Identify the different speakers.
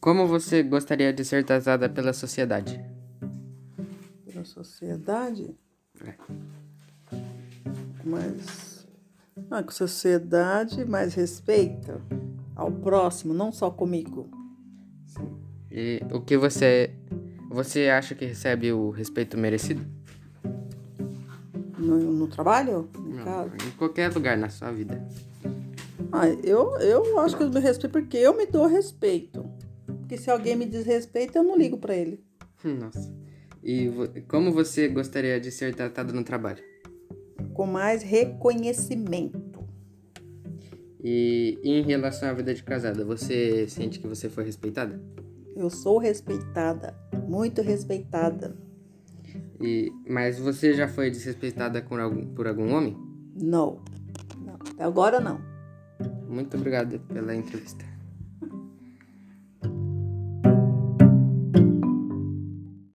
Speaker 1: Como você gostaria de ser tratada pela sociedade?
Speaker 2: Pela sociedade? Mais. Ah, com sociedade, mais respeito ao próximo, não só comigo.
Speaker 1: E o que você você acha que recebe o respeito merecido?
Speaker 2: No, no trabalho? No
Speaker 1: Não,
Speaker 2: caso.
Speaker 1: em qualquer lugar na sua vida.
Speaker 2: Ah, eu, eu acho que eu me respeito porque eu me dou respeito. Porque se alguém me desrespeita, eu não ligo pra ele.
Speaker 1: Hum, Nossa. E vo- como você gostaria de ser tratado no trabalho?
Speaker 2: Com mais reconhecimento.
Speaker 1: E em relação à vida de casada, você sente que você foi respeitada?
Speaker 2: Eu sou respeitada, muito respeitada.
Speaker 1: E mas você já foi desrespeitada por algum, por algum homem?
Speaker 2: Não. não. Até agora não.
Speaker 1: Muito obrigado pela entrevista.